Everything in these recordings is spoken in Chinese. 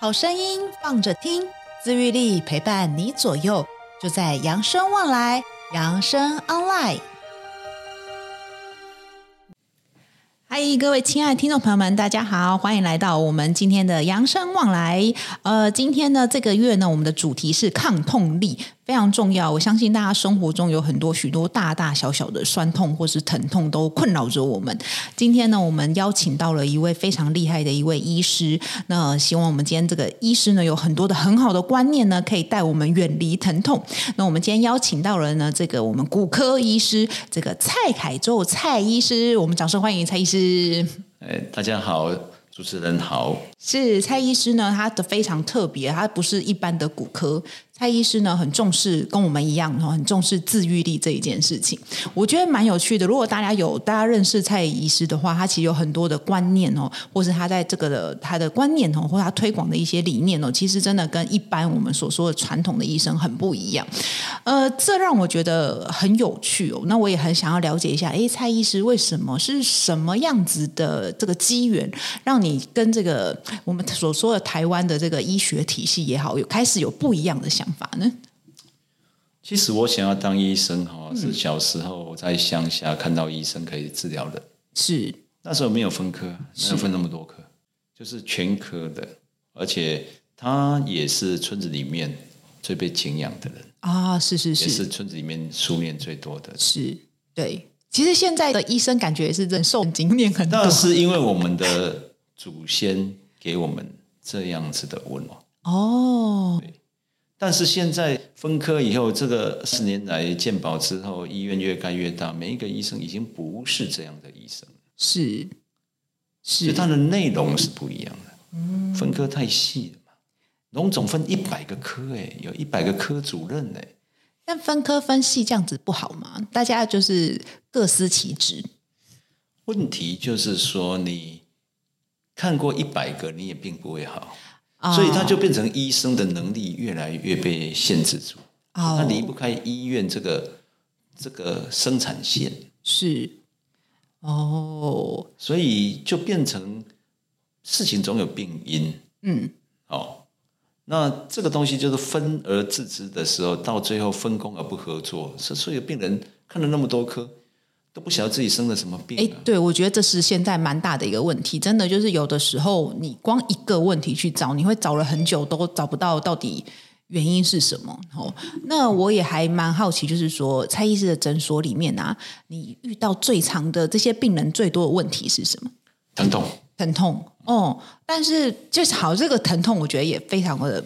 好声音放着听，自愈力陪伴你左右，就在扬声望来，扬声 online。嗨，各位亲爱的听众朋友们，大家好，欢迎来到我们今天的扬声望来。呃，今天呢，这个月呢，我们的主题是抗痛力，非常重要。我相信大家生活中有很多许多大大小小的酸痛或是疼痛都困扰着我们。今天呢，我们邀请到了一位非常厉害的一位医师。那希望我们今天这个医师呢，有很多的很好的观念呢，可以带我们远离疼痛。那我们今天邀请到了呢，这个我们骨科医师，这个蔡凯宙蔡医师，我们掌声欢迎蔡医师。哎，大家好，主持人好。是蔡医师呢，他的非常特别，他不是一般的骨科。蔡医师呢，很重视跟我们一样，哦，很重视自愈力这一件事情。我觉得蛮有趣的。如果大家有大家认识蔡医师的话，他其实有很多的观念哦，或是他在这个的他的观念哦，或他推广的一些理念哦，其实真的跟一般我们所说的传统的医生很不一样。呃，这让我觉得很有趣哦。那我也很想要了解一下，诶，蔡医师为什么是什么样子的这个机缘，让你跟这个我们所说的台湾的这个医学体系也好，有开始有不一样的想法呢？其实我想要当医生哈，是小时候我在乡下看到医生可以治疗的，是那时候没有分科，没有分那么多科，就是全科的，而且他也是村子里面最被敬仰的人，啊，是是也是是村子里面书念最多的。是，对。其实现在的医生感觉也是人受经验很多那是因为我们的祖先给我们这样子的文化。哦，但是现在分科以后，这个四年来健保之后，医院越盖越大，每一个医生已经不是这样的医生，是所以是嗯它的内容是不一样的。分科太细了嘛，龙总分一百个科、哎，有一百个科主任、哎，但分科分系这样子不好吗？大家就是各司其职。问题就是说你看过一百个，你也并不会好，啊所以它就变成医生的能力越来越被限制住，哦它离不开医院这个这个生产线。是哦，所以就变成事情总有病因嗯，哦。那这个东西就是分而治之的时候，到最后分工而不合作，所所以病人看了那么多科，都不晓得自己生了什么病、哎啊。，对，我觉得这是现在蛮大的一个问题，真的就是有的时候你光一个问题去找，你会找了很久都找不到到底原因是什么。哦，那我也还蛮好奇，就是说蔡医师的诊所里面啊，你遇到最长的这些病人最多的问题是什么？疼痛，疼痛哦，但是就是好，这个疼痛我觉得也非常的，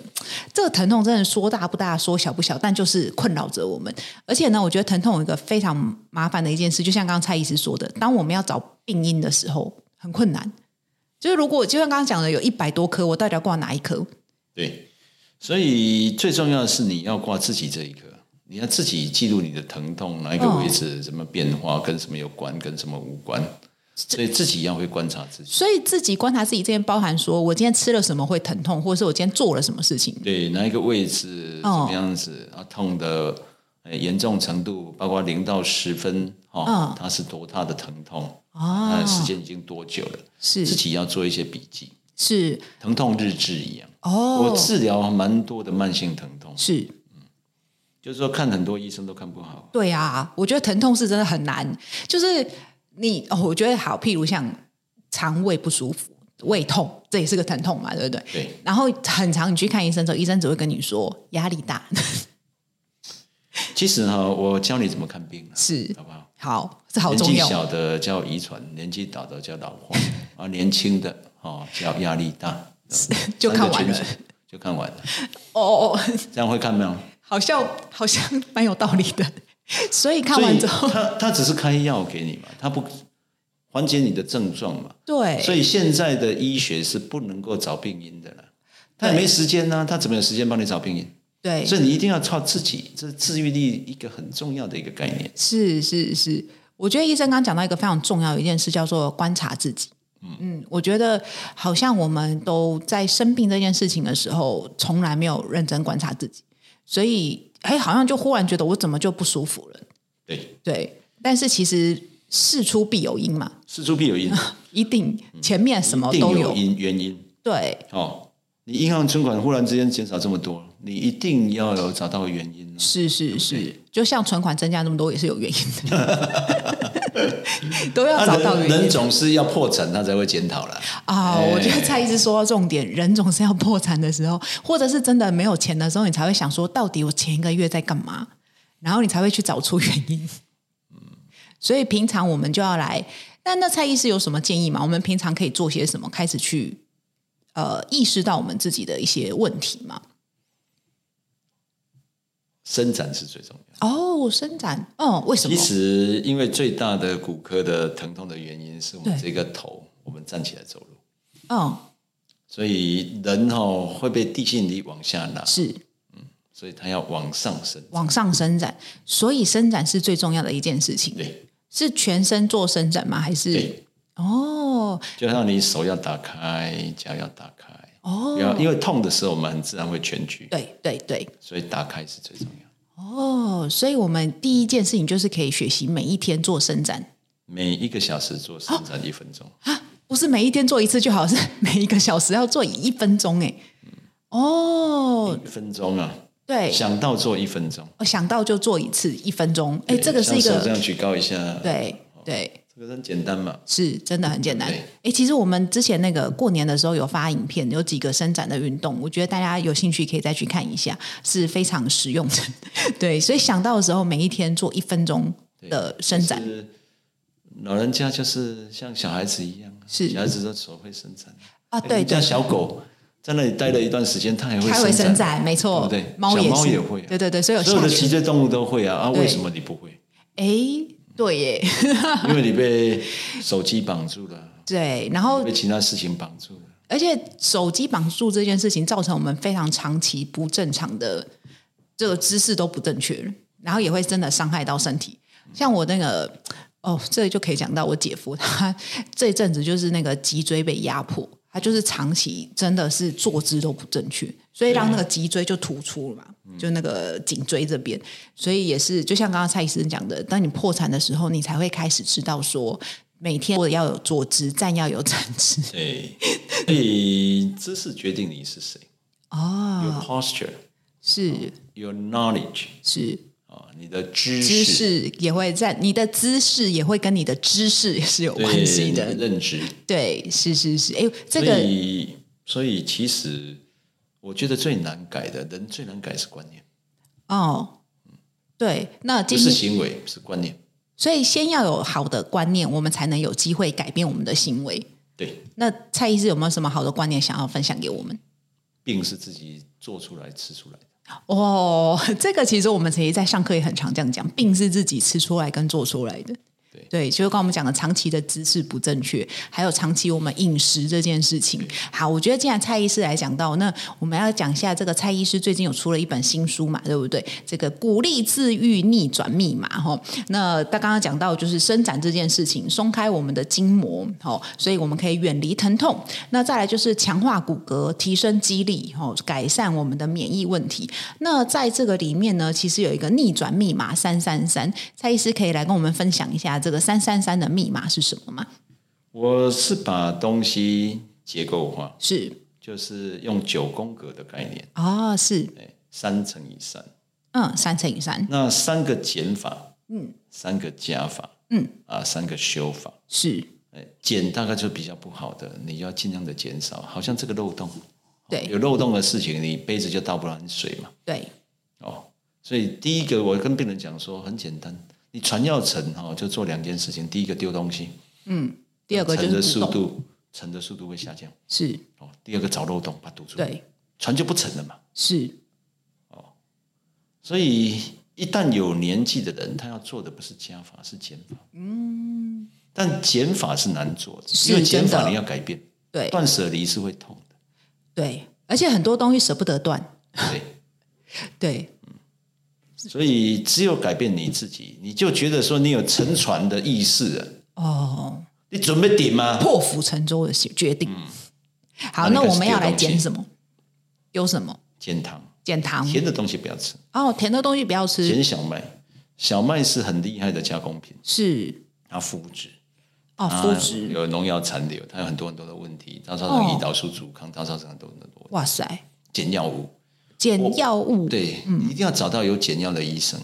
这个疼痛真的说大不大，说小不小，但就是困扰着我们。而且呢，我觉得疼痛有一个非常麻烦的一件事，就像刚刚蔡医师说的，当我们要找病因的时候很困难。就是如果就像刚刚讲的，有一百多颗，我到底要挂哪一颗？对。所以最重要的是你要挂自己这一科，你要自己记录你的疼痛哪一个哦位置、什么变化，跟什么有关，跟什么无关，所以自己要会观察自己。所以自己观察自己，这边包含说我今天吃了什么会疼痛，或者是我今天做了什么事情。对，哪一个位置，怎哦么样子，啊，痛的呃严重程度，包括零到十分，哦，嗯它是多大的疼痛，它哦的，时间已经多久了，是自己要做一些笔记，是疼痛日志一样。哦我，治疗蛮多的慢性疼痛，是就是说看很多医生都看不好，对啊，我觉得疼痛是真的很难，就是你，哦、我觉得好，譬如像肠胃不舒服、胃痛，这也是个疼痛嘛，对不对？对。然后很长，你去看医生之后，医生只会跟你说压力大 其实哈、我教你怎么看病、啊，是好不好？好，这好年重纪要小的叫遗传，年纪大的叫老 化，啊，年轻的哦叫压力大，就看三完个了群。组，就看完了，哦哦 哦，这样会看没有？好像好像蛮有道理的。所以看所完以之后，他他只是开药给你嘛，他不缓解你的症状嘛。对，所以现在的医学是不能够找病因的了，他也对没时间呢、他怎么有时间帮你找病因？对，所以你一定要靠自己，这是自愈力一个很重要的一个概念。是是是，我觉得医生刚刚讲到一个非常重要的一件事，叫做观察自己。嗯，我觉得好像我们都在生病这件事情的时候，从来没有认真观察自己，所以哎，好像就忽然觉得我怎么就不舒服了？对，对，但是其实事出必有因嘛， 事出必有因，嗯一定前面什么一定都有因原因对，哦。你银行存款忽然之间减少这么多，你一定要有找到原因啊。是是是，就像存款增加那么多也是有原因 的，都要找到啊原人人因总是要破产，他才会检讨了。啊、哎我觉得蔡医师说到重点，人总是要破产的时候，或者是真的没有钱的时候，你才会想说，到底我前一个月在干嘛？然后你才会去找出原因。嗯所以平常我们就要来。那那蔡医师有什么建议吗？我们平常可以做些什么，开始去呃意识到我们自己的一些问题吗？伸展是最重要的。哦，伸展，哦，为什么其？实，因为最大的骨科的疼痛的原因是我们对这个头，我们站起来走路，嗯，所以人哦会被地心引力往下拉，是所以他要往上升。往上伸展，所以伸展是最重要的一件事情。对是全身做伸展吗？还是对，哦就像你手要打开，脚要打开，哦不，要因为痛的时候我们很自然会蜷曲，对对对，所以打开是最重要的。哦，所以我们第一件事情就是可以学习每一天做伸展每一个小时做伸展一分钟，啊，不是每一天做一次就好，是 每一个小时要做一分钟哎。嗯哦，一分钟啊，对，想到做一分钟。我想到就做一次一分钟，哎，对这个是一像手这个样举高一下，对对。这个很简单嘛。是真的很简单对。哎，其实我们之前那个过年的时候有发影片，有几个伸展的运动，我觉得大家有兴趣可以再去看一下，是非常实用的。 对，所以想到的时候，每一天做一分钟的伸展，就是老人家就是像小孩子一样啊，是小孩子的手会伸展啊哎对你家对小狗在那里待了一段时间，它也会开会伸伸展，展，没错，对不对猫也小猫是也会啊对对对，所以有所有的下脊犬椎动物都会啊啊！对为什么你不会？哎，对耶，因为你被手机绑住了， 对，然后被其他事情绑住了。而且手机绑住这件事情，造成我们非常长期不正常的这个姿势都不正确，然后也会真的伤害到身体。像我那个哦，这里就可以讲到我姐夫，他这一阵子就是那个脊椎被压迫，他就是长期真的是坐姿都不正确，所以让那个脊椎就突出了嘛，就那个颈椎这边，所以也是就像刚刚蔡医生讲的，当你破产的时候，你才会开始知道说。每天或者要有坐姿，站要有站姿对，所以姿势决定你是谁哦， ，your posture, 是 your knowledge 是，啊，你的知姿识、势也会在你的姿势也会跟你的知识也是有对关系你的的。认知。对，是是是，哎，这所个以，所以其实我觉得最难改的人最难改是观念，哦，对，那不今是天行为，是观念。所以先要有好的观念，我们才能有机会改变我们的行为。对，那蔡医师有没有什么好的观念想要分享给我们？病是自己做出来、吃出来的。哦，这个其实我们其实在上课也很常这样讲，病是自己吃出来跟做出来的。对就是刚刚我们讲的长期的姿势不正确，还有长期我们饮食这件事情。好，我觉得既然蔡医师来讲到，那我们要讲一下这个蔡医师最近有出了一本新书嘛，对不对？这个鼓励自愈逆转密码哈、吼那他刚刚讲到就是伸展这件事情，松开我们的筋膜，好、所以我们可以远离疼痛。那再来就是强化骨骼，提升肌力，吼、改善我们的免疫问题。那在这个里面呢，其实有一个逆转密码三三三，蔡医师可以来跟我们分享一下这个三三三的密码是什么吗？我是把东西结构化，是就是用九宫格的概念，啊、是哎，三乘以三。嗯，三乘以三那三个减法，嗯，三个加法，嗯，啊，三个修法。是哎，减大概就比较不好的，你要尽量的减少。好像这个漏洞，对有漏洞的事情，你杯子就倒不满水嘛。对哦，所以第一个我跟病人讲说，很简单，你船要沉哈、哦，就做两件事情：第一个丢东西，第二个就沉的是速不动，度，沉的速度会下降是哦；第二个找漏洞把它堵住，对船就不沉了嘛。是所以一旦有年纪的人，他要做的不是加法，是减法。嗯，但减法是难做的，是因为减真法的你要改变，对断舍离是会痛的。对，而且很多东西舍不得断， 对，对所以只有改变你自己，你就觉得说你有沉船的意识了。哦，你准备顶吗？破釜沉舟的决定。好，嗯那那你开始我们要来丢东西捡什么？丢什么？减糖，减糖甜的东西不要吃。哦，甜的东西不要吃，咸小麦，小麦是很厉害的加工品，是它肤质，哦，它肤质，哦有农药残留，它有很多很多的问题，张绍成胰岛素阻抗，张绍成很多很多哇塞，减药物，减药物，对，嗯你一定要找到有减药的医生，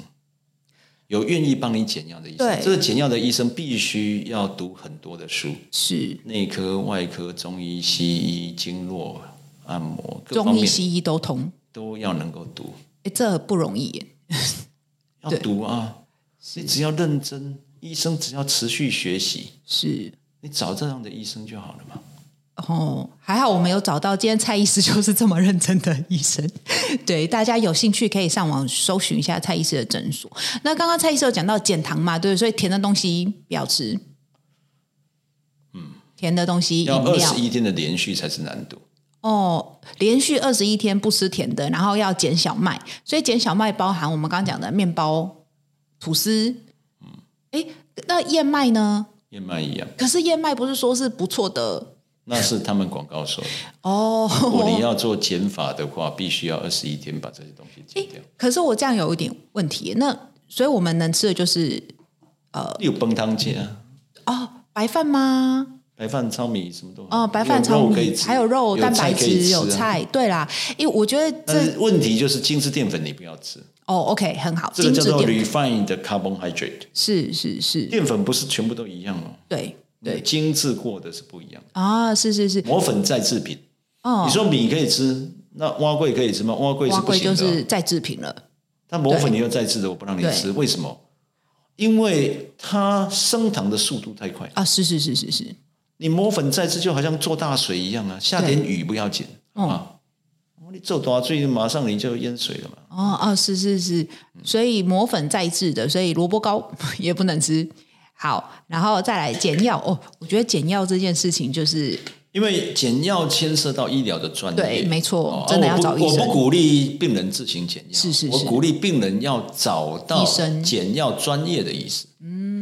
有愿意帮你减药的医生对。这个减药的医生必须要读很多的书，是内科、外科、中医、西医、经络、按摩各方中医面西医都通，都要能够读，哎，这不容易耶。要读啊！你只要认真，医生只要持续学习，是你找这样的医生就好了嘛。哦，还好我们有找到，今天蔡医师就是这么认真的医生。 对，大家有兴趣可以上网搜寻一下蔡医师的诊所。那刚刚蔡医师有讲到减糖嘛，对，所以甜的东西不要吃。嗯，甜的东西饮要二料十一天的连续才是难度。哦，连续二十一天不吃甜的，然后要减小麦，所以减小麦包含我们刚刚讲的面包、吐司。嗯，哎，那燕麦呢？燕麦一样，可是燕麦不是说是不错的那是他们广告说的。 哦。如果你要做减法的话，必须要二十一天把这些东西减掉。可是我这样有一点问题耶，那所以我们能吃的就是呃有崩汤剂啊，哦白饭吗？白饭、糙米什么都好哦白饭、糙有肉可以米，吃，还有肉、蛋白可以质、吃啊有。菜，对啦。因为我觉得但这是问题就是精致淀粉你不要吃，哦 OK 很好，这个精叫致做嗯淀粉 refined carbohydrate。是是是，淀粉不是全部都一样哦，对对精致过的是不一样的。啊，是是是磨粉再制品，哦你，说米可以吃，那蛙桂可以吃吗？蛙桂是花不龟行就的哦、是再制品了。它磨粉你又再制的，我不让你吃，对为什么？因为它升糖的速度太快，啊，是是是是是，你磨粉再制就好像做大水一样啊，下点雨不要紧啊，你做大水马上你就淹水了嘛。哦哦，是是是，嗯所以磨粉再制的，所以萝卜糕 也不能吃。好，然后再来减药哦，我觉得减药这件事情就是因为减药牵涉到医疗的专业，对没错哦真的要找医生我不我不鼓励病人自行减药，是是我是鼓励病人要找到医生减药专业的医师，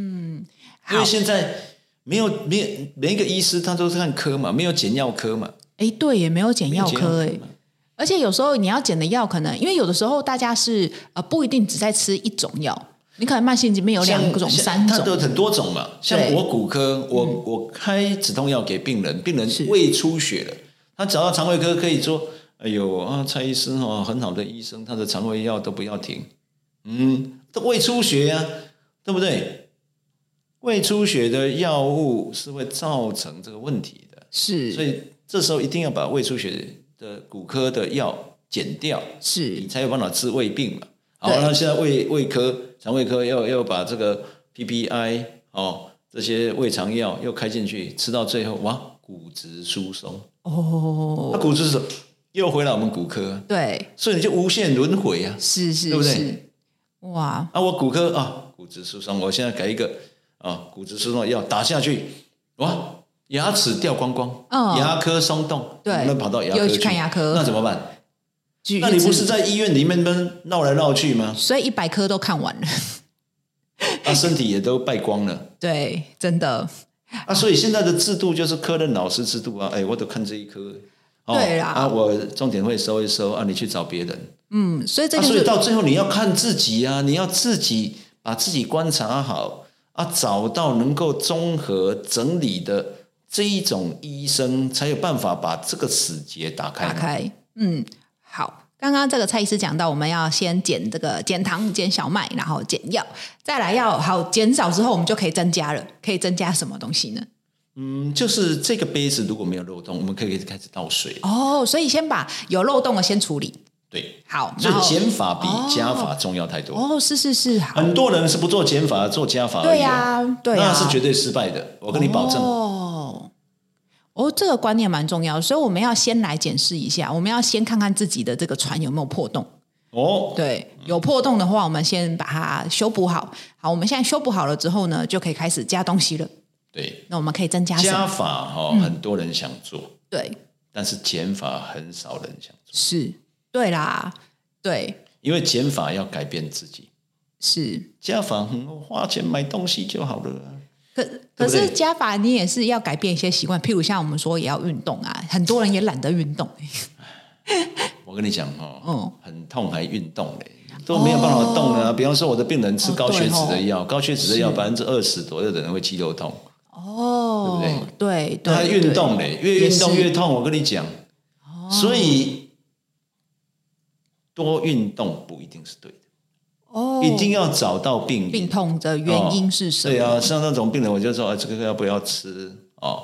因好为，现在没有没有每一个医师他都是看科嘛，没有减药科嘛，哎，对，也没有减没有药减科哎药，嘛而且有时候你要减的药，可能因为有的时候大家是呃不一定只在吃一种药，你可能慢性疾病有两种、像三它都有种，很多种嘛。像对嗯我骨科，我、我开止痛药给病人，病人是胃出血了，他找到肠胃科可以说：“哎呦啊，蔡医生哦，很好的医生，他的肠胃药都不要停。”嗯，这胃出血啊，对不对？胃出血的药物是会造成这个问题的，所是以这时候一定要把胃出血的骨科的药减掉。你是才有办法治胃病嘛。好，对那现在胃胃科、肠胃科要要把这个 PPI 哦这些胃肠药又开进去，吃到最后哇，骨质疏松，那哦，骨质疏松又回来我们骨科啊，对，所以你就无限轮回啊。是是对不对是，哇，啊，我骨科啊，骨质疏松，我现在改一个啊，骨质疏松的药打下去，哇，牙齿掉光光，嗯牙科松动，对能跑到牙科又去看牙科那怎么办？举那你不例是子在医院里面闷闹来闹去吗？所以一百科都看完了， 啊，身体也都败光了。对，真的，啊，所以现在的制度就是科任老师制度啊，哎，我都看这一科，哦、对啦啊，我重点会收一收啊，你去找别人，嗯，所以这啊，就所是以到最后你要看自己啊，你要自己把自己观察好啊，找到能够综合整理的这一种医生，才有办法把这个死结打开。打开。嗯，好。刚刚这个蔡医师讲到，我们要先减这个减糖、减小麦，然后减药，再来要好减少之后，我们就可以增加了。可以增加什么东西呢？嗯，就是这个杯子如果没有漏洞，我们可以开始倒水。哦，所以先把有漏洞的先处理对，好，所然以后减法比加法重要太多。哦，是是是，好，很多人是不做减法，做加法而已、啊对呀、对呀、那是绝对失败的，我跟你保证。哦。哦，这个观念蛮重要，所以我们要先来检视一下，我们要先看看自己的这个船有没有破洞。哦，对，有破洞的话，我们先把它修补好。好，我们现在修补好了之后呢，就可以开始加东西了。对，那我们可以增加什嗯么？加法哈、哦很多人想做，对，但是减法很少人想做，是，对啦，对，因为减法要改变自己，是。加法、嗯、我花钱买东西就好了啊。可可对是不对加法，你也是要改变一些习惯，譬如像我们说也要运动啊，很多人也懒得运动。我跟你讲哦，嗯很痛还运动嘞，都没有办法动了啊、比方说我的病人吃哦高血脂的对哦药，高血脂的药百分之二十左右的人会肌肉痛，哦，对不对那还对，运动嘞，也越运动是哦越痛。我跟你讲，所以多运动不一定是对的，哦，一定要找到病因病痛的原因是什对么？啊，像那种病人，我就说啊，这个药不要吃哦。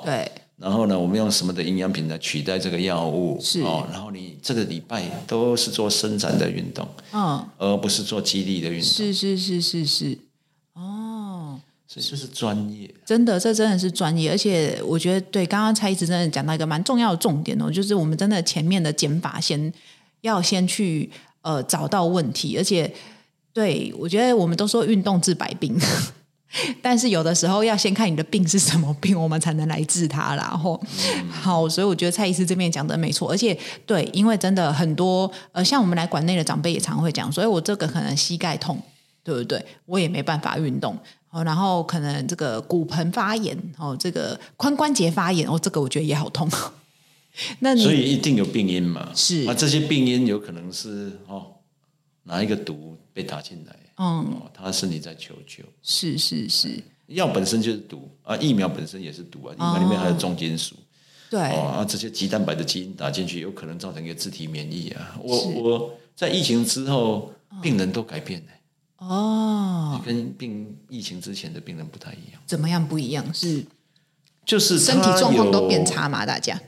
哦对，啊然后呢，我们用什么的营养品来取代这个药物？是哦。然后你这个礼拜都是做伸展的运动，嗯，而不是做肌力的运动。是是是是是，哦。所以这是专业。真的，这真的是专业，而且我觉得对，刚刚蔡医师真的讲到一个蛮重要的重点哦，就是我们真的前面的减法先要先去呃找到问题，而且对我觉得我们都说运动治百病， 但是有的时候要先看你的病是什么病，我们才能来治它啦。然后，嗯好，所以我觉得蔡医师这边讲的没错，而且对，因为真的很多呃，像我们来馆内的长辈也常会讲，所以哎我这个可能膝盖痛，对不对？我也没办法运动。哦，然后可能这个骨盆发炎，哦，这个髋关节发炎，哦，这个我觉得也好痛。 那所你以一定有病因嘛？嗯是啊，这些病因有可能是哦，哪一个毒被打进来？嗯，哦，它是你在求救。是是是，药本身就是毒啊，疫苗本身也是毒啊，疫哦苗里面还有重金属对，哦啊，这些鸡蛋白的基因打进去，有可能造成一个自体免疫啊。我我在疫情之后，病人都改变了，哦，跟病疫情之前的病人不太一样，怎么样不一样？是就是他身体状况都有变，差嘛？大家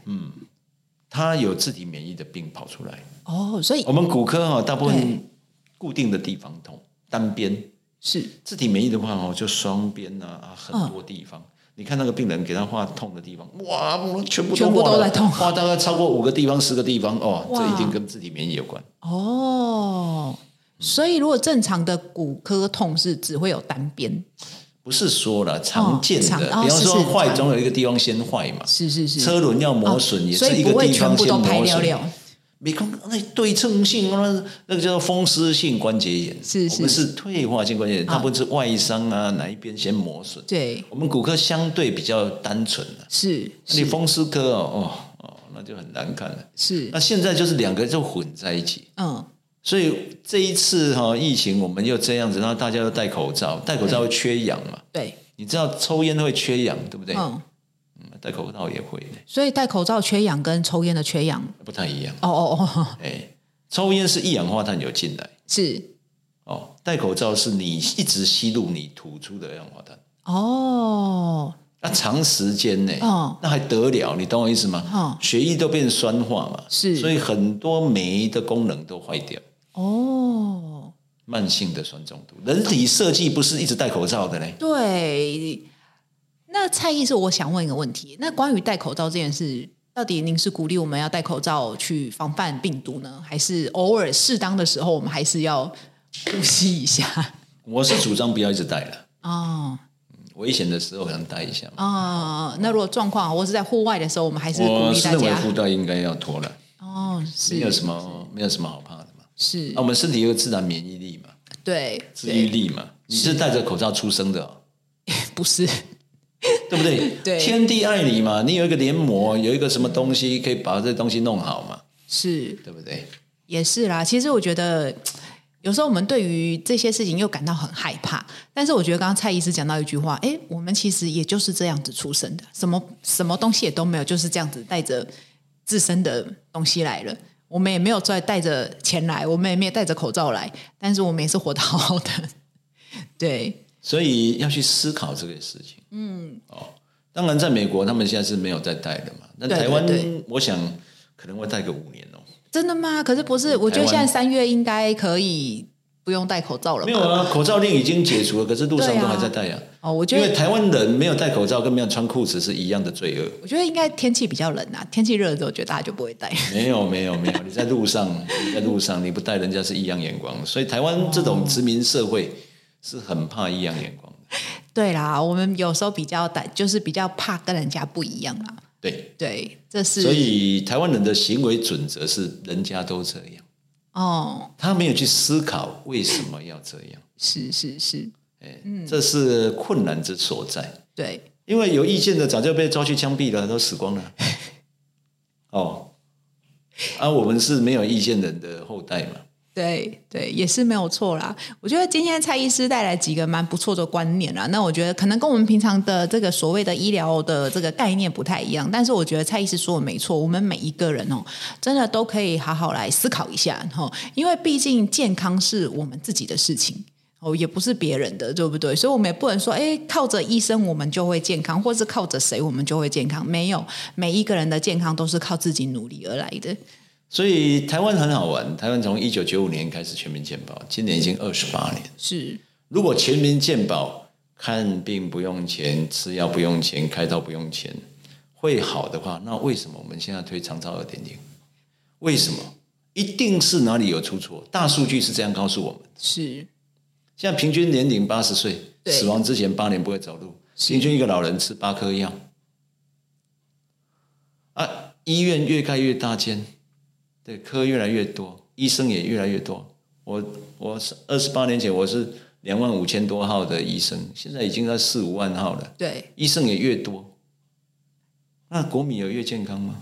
他有自体免疫的病跑出来。哦，所以我们骨科哈、大部对分固定的地方痛，单边是自体免疫的话哦，就双边呐、啊，很多地嗯方。你看那个病人给他画痛的地方，哇，全部都全部画都了在痛画大概超过五个地方、十个地方哦，哇这一定跟自体免疫有关。哦，所以如果正常的骨科痛是只会有单边，不是说了常见常的，哦比方是是说坏常总有一个地方先坏嘛，是是是，哦车轮要磨损也所是以一个不会地全方部先都排磨了损。了，没空，那对称性那那个叫做风湿性关节炎，是是我们是退化性关节炎，大部分是外伤啊，哪一边先磨损。对，我们骨科相对比较单纯啊，是你是风湿科哦哦哦，那就很难看了。是那，现在就是两个就混在一起，嗯，所以这一次哈、疫情我们又这样子，然后大家都戴口罩，戴口罩会缺氧嘛？对，你知道抽烟会缺氧，对不对？嗯，嗯戴口罩也会呢，所以戴口罩缺氧跟抽烟的缺氧，不太一样。哦哦哦，哎，抽烟是一氧化碳有进来是哦，戴口罩是你一直吸入你吐出的二氧化碳。哦，那长时间呢？哦那还得了？你懂我意思吗？哦血液都变酸化嘛，是所以很多酶的功能都坏掉，哦，慢性的酸中毒。人体设计不是一直戴口罩的嘞？对。那蔡医师，我想问一个问题：那关于戴口罩这件事，到底您是鼓励我们要戴口罩去防范病毒呢，还是偶尔适当的时候我们还是要呼吸一下？我是主张不要一直戴了，哦危险的时候可能戴一下嘛。哦，那如果状况或是在户外的时候，我们还是鼓我励是大认为家裤带应该要脱了，哦，没有是什么没有什么好怕的嘛。是那、，我们身体有自然免疫力嘛，对，自愈力嘛。你是戴着口罩出生的、哦，不是对不对？ 对天地爱你嘛，你有一个黏膜，有一个什么东西可以把这东西弄好嘛，是对不对？也是啦，其实我觉得有时候我们对于这些事情又感到很害怕，但是我觉得刚刚蔡医师讲到一句话，哎，我们其实也就是这样子出生的，什么什么东西也都没有，就是这样子带着自身的东西来了。我们也没有再带着钱来，我们也没有带着口罩来，但是我们也是活得好好的。 对，所以要去思考这个事情。嗯，哦，当然，在美国他们现在是没有在戴的嘛，那对台湾对对我想可能会戴个五年哦。真的吗？可是不嗯是？我觉得现在三月应该可以不用戴口罩了吧？没有啊，口罩令已经解除了，可是路上 对啊都还在戴呀、啊。哦，我觉因为得台湾人没有戴口罩跟没有穿裤子是一样的罪恶。我觉得应该天气比较冷啊，天气热了之后，我觉得大家就不会戴。没有没有没有，你在路上你在路上你不戴，人家是异样眼光。所以台湾这种殖民社会是很怕异样眼光的。对啦，我们有时候比较胆，就是比较怕跟人家不一样啦。对，对，这是所以台湾人的行为准则是人家都这样，哦，他没有去思考为什么要这样。是是是，哎，这是困难之所在。对，因为有意见的早就被抓去枪毙了，都死光了。哦，啊，我们是没有意见人的后代嘛，对对，也是没有错啦。我觉得今天蔡医师带来几个蛮不错的观念啦。那我觉得可能跟我们平常的这个所谓的医疗的这个概念不太一样，但是我觉得蔡医师说的没错，我们每一个人哦，真的都可以好好来思考一下哈、哦，因为毕竟健康是我们自己的事情。哦，也不是别人的，对不对？所以我们也不能说，哎，靠着医生我们就会健康，或是靠着谁我们就会健康。没有，每一个人的健康都是靠自己努力而来的。所以台湾很好玩，台湾从一九九五年开始全民健保，今年已经二十八年。是，如果全民健保，看病不用钱，吃药不用钱，开刀不用钱，会好的话，那为什么我们现在推长照二点零？为什么？一定是哪里有出错？大数据是这样告诉我们。是，现在平均年龄八十岁，对死亡之前八年不会走路，平均一个老人吃八颗药。啊，医院越盖越大间，对科越来越多，医生也越来越多。我我是二十八年前我是两万五千多号的医生，现在已经在四五万号了，对，医生也越多。那国民有越健康吗？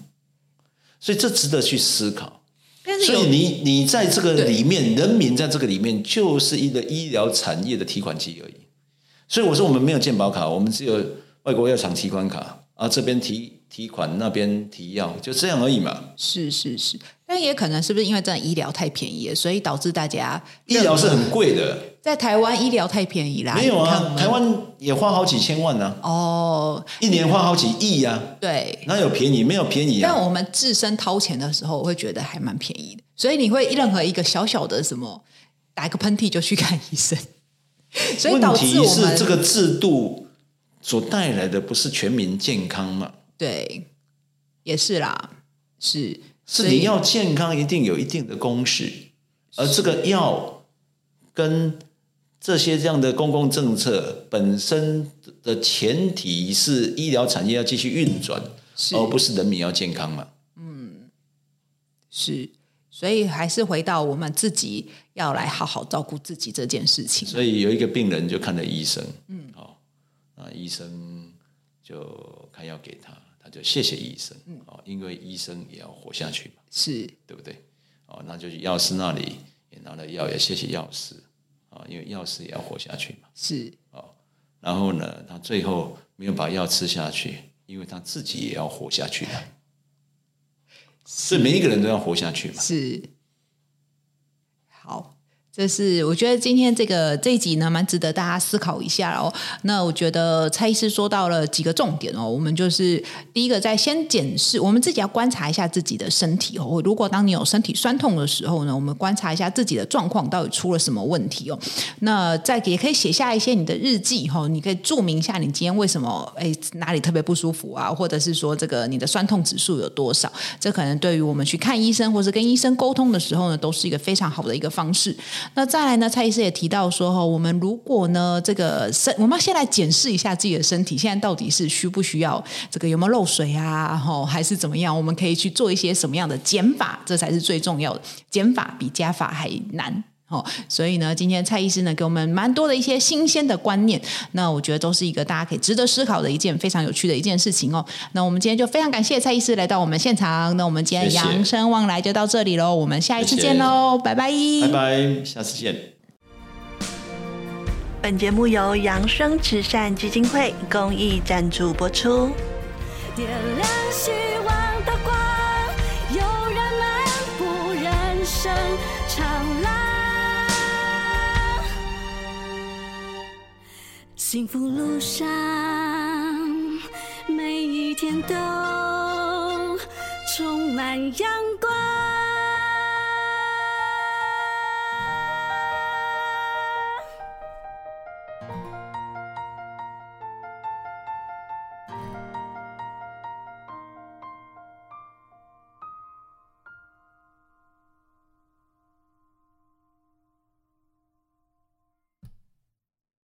所以这值得去思考。但是所以有你你在这个对里面，人民在这个里面就是一个医疗产业的提款机而已。所以我说我们没有健保卡，我们只有外国药厂提款卡啊，这边提提款，那边提药，就这样而已嘛。是是是，但也可能是不是因为真的医疗太便宜了，所以导致大家医疗是很贵的，在台湾医疗太便宜啦。没有哎你看我啊，们台湾也花好几千万呢、啊，哦，一年花好几亿呀、啊，对。哪有便宜？没有便宜但啊。我们自身掏钱的时候，我会觉得还蛮便宜的，所以你会任何一个小小的什么打个喷嚏就去看医生，所以问导致题我们是这个制度所带来的不是全民健康嘛？对，也是啦，是是所以你要健康，一定有一定的公式，而这个药跟这些这样的公共政策本身的前提是医疗产业要继续运转，是哦而不是人民要健康嘛。是，所以还是回到我们自己要来好好照顾自己这件事情。所以有一个病人就看了医生，嗯，好、那医生就开药给他，他就谢谢医生，嗯哦，因为医生也要活下去嘛。是对不对？哦，那就去药师那里也拿了药，也谢谢药师啊、因为药师也要活下去嘛。是然后呢，他最后没有把药吃下去，因为他自己也要活下去啊。所以每一个人都要活下去嘛。是，好。这是我觉得今天这个这一集呢，蛮值得大家思考一下哦。那我觉得蔡医师说到了几个重点哦，我们就是第一个在先检视，我们自己要观察一下自己的身体哦。如果当你有身体酸痛的时候呢，我们观察一下自己的状况到底出了什么问题哦。那再也可以写下一些你的日记哈、哦，你可以注明一下你今天为什么哎哪里特别不舒服啊，或者是说这个你的酸痛指数有多少？这可能对于我们去看医生或是跟医生沟通的时候呢，都是一个非常好的一个方式。那再来呢，蔡医师也提到说哈、哦，我们如果呢这个身，我们要先来检视一下自己的身体，现在到底是需不需要这个有没有漏水啊，然后还是怎么样？我们可以去做一些什么样的减法，这才是最重要的。减法比加法还难。哦，所以呢，今天蔡医师呢给我们蛮多的一些新鲜的观念，那我觉得都是一个大家可以值得思考的一件非常有趣的一件事情哦。那我们今天就非常感谢蔡医师来到我们现场，那我们今天谢谢扬生望来就到这里喽，我们下一次谢谢见喽，拜拜，拜拜，下次见。本节目由扬生慈善基金会公益赞助播出。点亮希望的光，有人漫步人生长廊，幸福路上每一天都充满阳光。